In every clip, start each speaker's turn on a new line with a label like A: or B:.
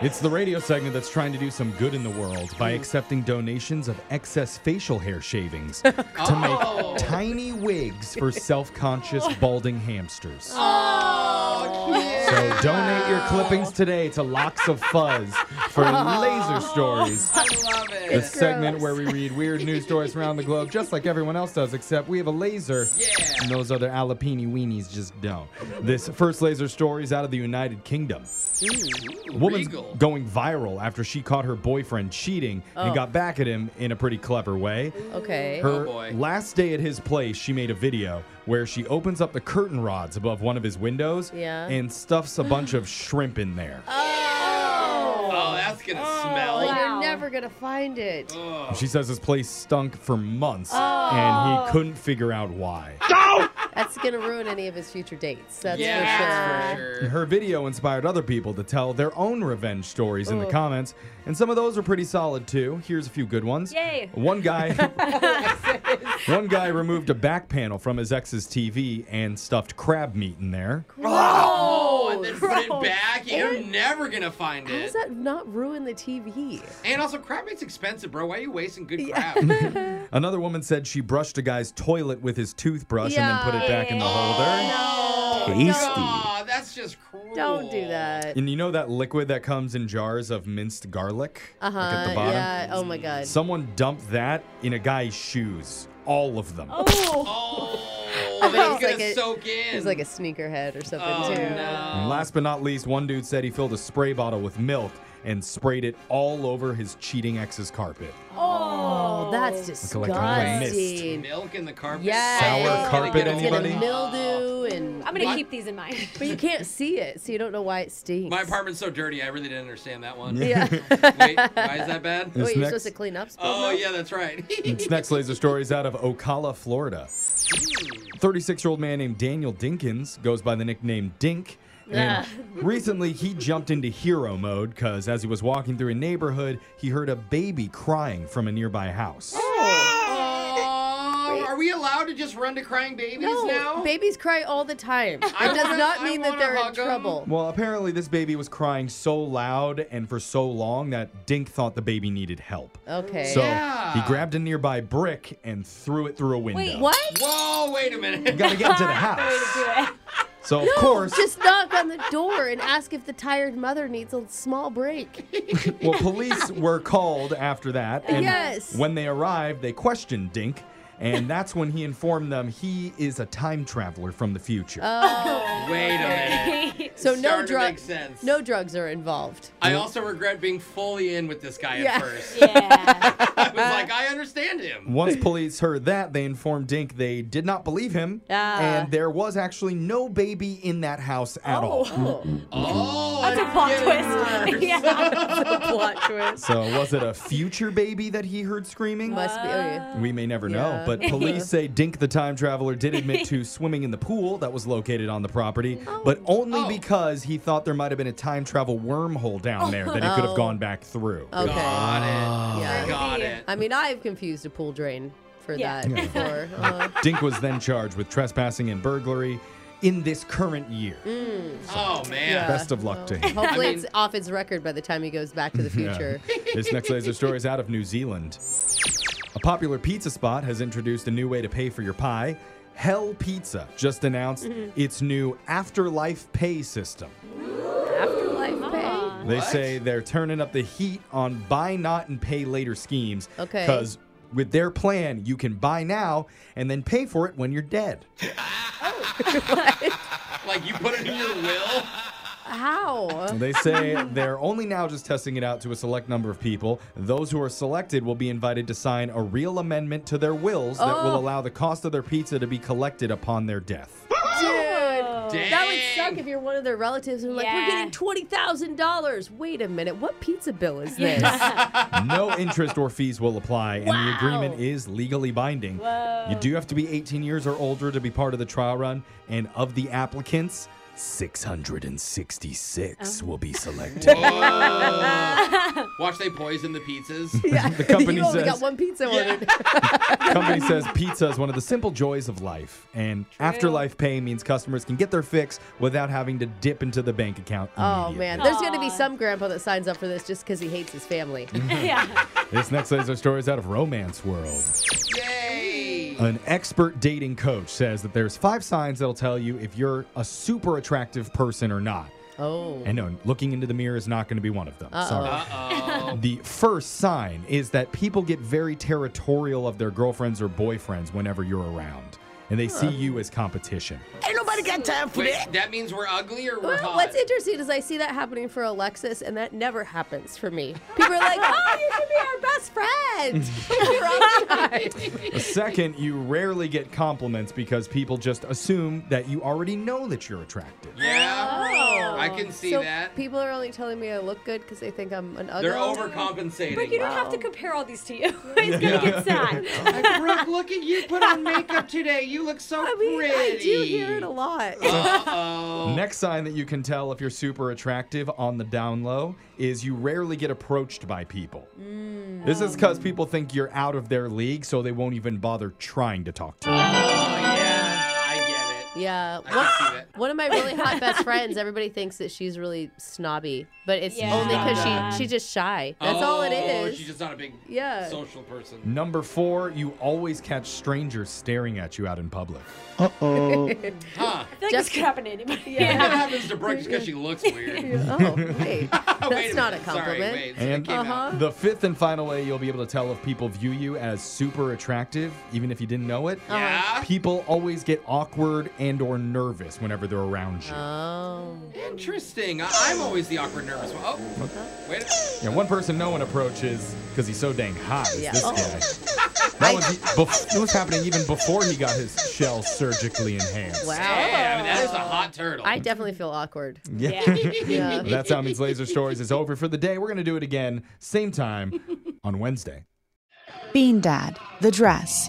A: It's the radio segment that's trying to do some good in the world by accepting donations of excess facial hair shavings to make tiny wigs for self conscious balding hamsters. So donate your clippings today to Locks of Fuzz for Laser Stories. The segment where we read weird news stories from around the globe, just like everyone else does, except we have a laser, and those other jalapeno weenies just don't. This first laser story is out of the United Kingdom. Woman's going viral after she caught her boyfriend cheating and got back at him in a pretty clever way.
B: Oh. Okay. Oh,
A: Her last day at his place, she made a video where she opens up the curtain rods above one of his windows
B: Yeah.
A: and stuffs a bunch of shrimp in there.
C: Oh, that's gonna smell.
B: Oh,
D: Wow.
B: you're never gonna find it.
A: She says this place stunk for months
B: Oh.
A: and he couldn't figure out why.
B: That's gonna ruin any of his future dates. That's
C: yeah,
B: for sure.
C: for sure.
A: Her video inspired other people to tell their own revenge stories in the comments, and some of those are pretty solid too. Here's a few good ones.
D: Yay.
A: One guy One guy removed a back panel from his ex's TV and stuffed crab meat in there.
C: Oh, and then put it back. You're never gonna find
B: How does
C: it.
B: that not ruin the TV?
C: And also, crab meat's expensive, bro. Why are you wasting good crab?
A: Another woman said she brushed a guy's toilet with his toothbrush and then put it back in the holder.
C: Aw, that's just cruel.
B: Don't do that.
A: And you know that liquid that comes in jars of minced garlic
B: Uh huh.
A: like at the bottom?
B: Yeah. Oh my God.
A: Someone dumped that in a guy's shoes. All of them.
C: Oh,
B: I bet
C: it's
B: it's
C: gonna
B: like a-
C: soak in.
B: He's like a sneakerhead or something
C: oh,
B: too.
A: And
C: no.
A: last but not least, one dude said he filled a spray bottle with milk and sprayed it all over his cheating ex's carpet.
B: Oh, that's
A: Like a- like a mist.
B: disgusting.
C: Milk in the carpet.
B: Yeah.
A: Sour
C: It's gonna
A: carpet,
C: get all
B: It's gonna
A: anybody?
B: mildew and.
D: I'm going
C: What?
D: to keep these in mind.
B: But you can't see it, so you don't know why it stinks.
C: My apartment's so dirty. I really didn't understand that one.
B: Yeah.
C: Wait, why is that bad?
A: This
B: Wait, you're
A: next-
B: supposed to clean up. spill
C: Oh
B: milk?
C: yeah, that's right.
A: This next laser story is out of Ocala, Florida. 36 year old man named Daniel Dinkins goes by the nickname Dink. And recently, he jumped into hero mode because as he was walking through a neighborhood, he heard a baby crying from a nearby house.
C: Aw, are we allowed to just run to crying babies
B: No,
C: now?
B: babies cry all the time.
C: I
B: It does
C: wanna-
B: not
C: I
B: mean that
C: wanna
B: they're in
C: hug 'em.
B: trouble.
A: Well, apparently, this baby was crying so loud and for so long that Dink thought the baby needed help.
B: Okay.
A: So
C: Yeah.
A: he grabbed a nearby brick and threw it through a window.
D: Wait, what?
C: Whoa, wait a minute.
A: You gotta get into the house. So, of
B: no,
A: course,
B: just knock on the door and ask if the tired mother needs a small break.
A: well, police were called after that. And
B: Yes.
A: When they arrived, they questioned Dink, and that's when he informed them he is a time traveler from the future.
B: Oh,
C: Wait a minute.
B: So no
C: Starting to make
B: drugs.
C: sense.
B: No drugs are involved.
C: I also regret being fully in with this guy
B: Yeah.
C: at first. Yeah. I was like, I understand him.
A: Once police heard that, they informed Dink they did not believe him,
C: Ah.
A: and there was actually no baby in that house at all.
C: Oh,
E: That's a
C: I
E: plot
C: get it
E: twist.
C: first.
E: yeah, that's a plot twist.
A: So, was it a future baby that he heard screaming?
B: Must be. Okay.
A: We may never know,
B: Yeah.
A: but police say Dink the time traveler did admit to swimming in the pool that was located on the property,
B: Oh.
A: but only because he thought there might have been a time travel wormhole down there that he could have
B: Oh.
A: gone back through.
B: Okay. Got
C: it. Got it.
B: I mean, I've confused a pool drain for
A: Yeah.
B: that
A: Yeah.
B: before. Uh,
A: Dink was then charged with trespassing and burglary in this current year.
B: mm.
C: Oh, man.
A: Best of luck to him.
B: Hopefully, it's off its record by the time he goes back to the
A: Yeah.
B: future.
A: This next laser story is out of New Zealand. A popular pizza spot has introduced a new way to pay for your pie. Hell Pizza just announced
E: Mhm.
B: Mm-hmm.
A: its new afterlife pay system.
E: Afterlife pay.
A: They say they're turning up the heat on buy not and pay later schemes.
E: Okay.
A: Because with their plan, you can buy now and then pay for it when you're dead.
C: Like, you put it in your will?
B: How?
A: They say they're only now just testing it out to a select number of people. Those who are selected will be invited to sign a real amendment to their wills that will
B: Oh.
A: allow the cost of their pizza to be collected upon their death.
B: Dude, that would suck if you're one of their relatives and like, we're getting twenty thousand dollars. Wait a minute, what pizza bill is this?
A: no interest or fees will apply, and the agreement is legally binding. You do have to be 18 years or older to be part of the trial run, and of the applicants, 666
B: Uh-huh.
A: will be selected.
C: Whoa. Watch they poison the pizzas.
A: The company
B: you only
A: says-
B: got one pizza ordered.
A: Company says pizza is one of the simple joys of life, and afterlife pay means customers can get their fix without having to dip into the bank account.
B: Oh man, there's gonna be some grandpa that signs up for this just because he hates his family. yeah.
A: This next laser story is out of Romance World. Yay! An expert dating coach says that there's five signs that'll tell you if you're a super attractive person or not.
B: Oh.
A: And no, looking into the mirror is not going to be one of them.
B: Uh-oh.
A: Sorry.
B: Uh-oh.
A: The first sign is that people get very territorial of their girlfriends or boyfriends whenever you're around, and they see
B: Huh.
A: you as competition.
B: Ain't nobody got time
C: Wait, that means we're ugly or we're hot?
B: What's interesting is I see that happening for Alexis, and that never happens for me. People are like, "Oh, you should be our best friend." We're all
A: The second, you rarely get compliments because people just assume that you already know that you're attractive.
C: Yeah. I can see
B: so
C: that.
B: People are only telling me I look good because they think I'm an ugly.
C: They're overcompensating.
E: But you don't have to compare all these to you. It's gonna
C: Yeah.
E: get sad.
C: Like, Brooke, look at you put on makeup today. You look so pretty.
B: I do hear it a lot.
A: Next sign that you can tell if you're super attractive on the down low is you rarely get approached by people. This is because people think you're out of their league, so they won't even bother trying to talk to you.
B: Yeah.
C: I
B: one-
C: can see it.
B: One of my really hot best friends, everybody thinks that she's really snobby, but it's
C: Yeah.
B: only
C: Yeah.
B: because she, she's just shy. That's all it
C: Oh,
B: is.
C: She's just not a big
B: Yeah.
C: social person.
A: Number four, you always catch strangers staring at you out in public.
C: Huh.
A: Uh
E: I feel like this could happen to anybody.
C: Yeah. That happens to Brooke just because she looks weird.
B: oh, wait. That's
C: Wait a
B: not a
C: minute. Sorry,
B: compliment.
C: wait.
A: And
B: came out. Uh-huh.
A: the fifth and final way you'll be able to tell if people view you as super attractive, even if you didn't know
B: Uh-huh.
A: it,
C: Yeah.
A: people always get awkward and or nervous whenever they're around you.
B: Oh.
C: Interesting. I- I'm always the awkward, nervous one. Oh, wait. a-
A: Yeah, one person no one approaches because he's so dang hot is
C: Yeah.
A: this
C: Oh.
A: guy. That was, bef- it was happening even before he got his shell surgically enhanced.
B: Wow.
C: Yeah, I mean, that is a hot turtle.
B: I definitely feel awkward.
A: Yeah.
B: Yeah.
A: That's how Means Laser Stories is over for the day. We're going to do it again, same time, on Wednesday.
F: Bean Dad, The Dress,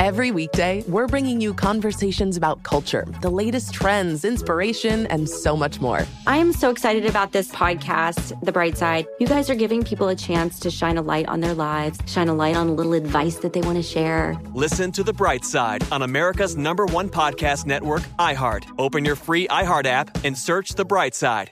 B: Every weekday, we're bringing you conversations about culture, the latest trends, inspiration, and so much more.
D: I am so excited about this podcast, The Bright Side. You guys are giving people a chance to shine a light on their lives, shine a light on a little advice that they want to share.
G: Listen to The Bright Side on America's number one podcast network, iHeart. Open your free iHeart app and search The Bright Side.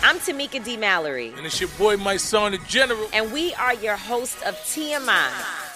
H: I'm Tamika D. Mallory.
I: And it's your boy, my son, the general.
H: And we are your host of TMI.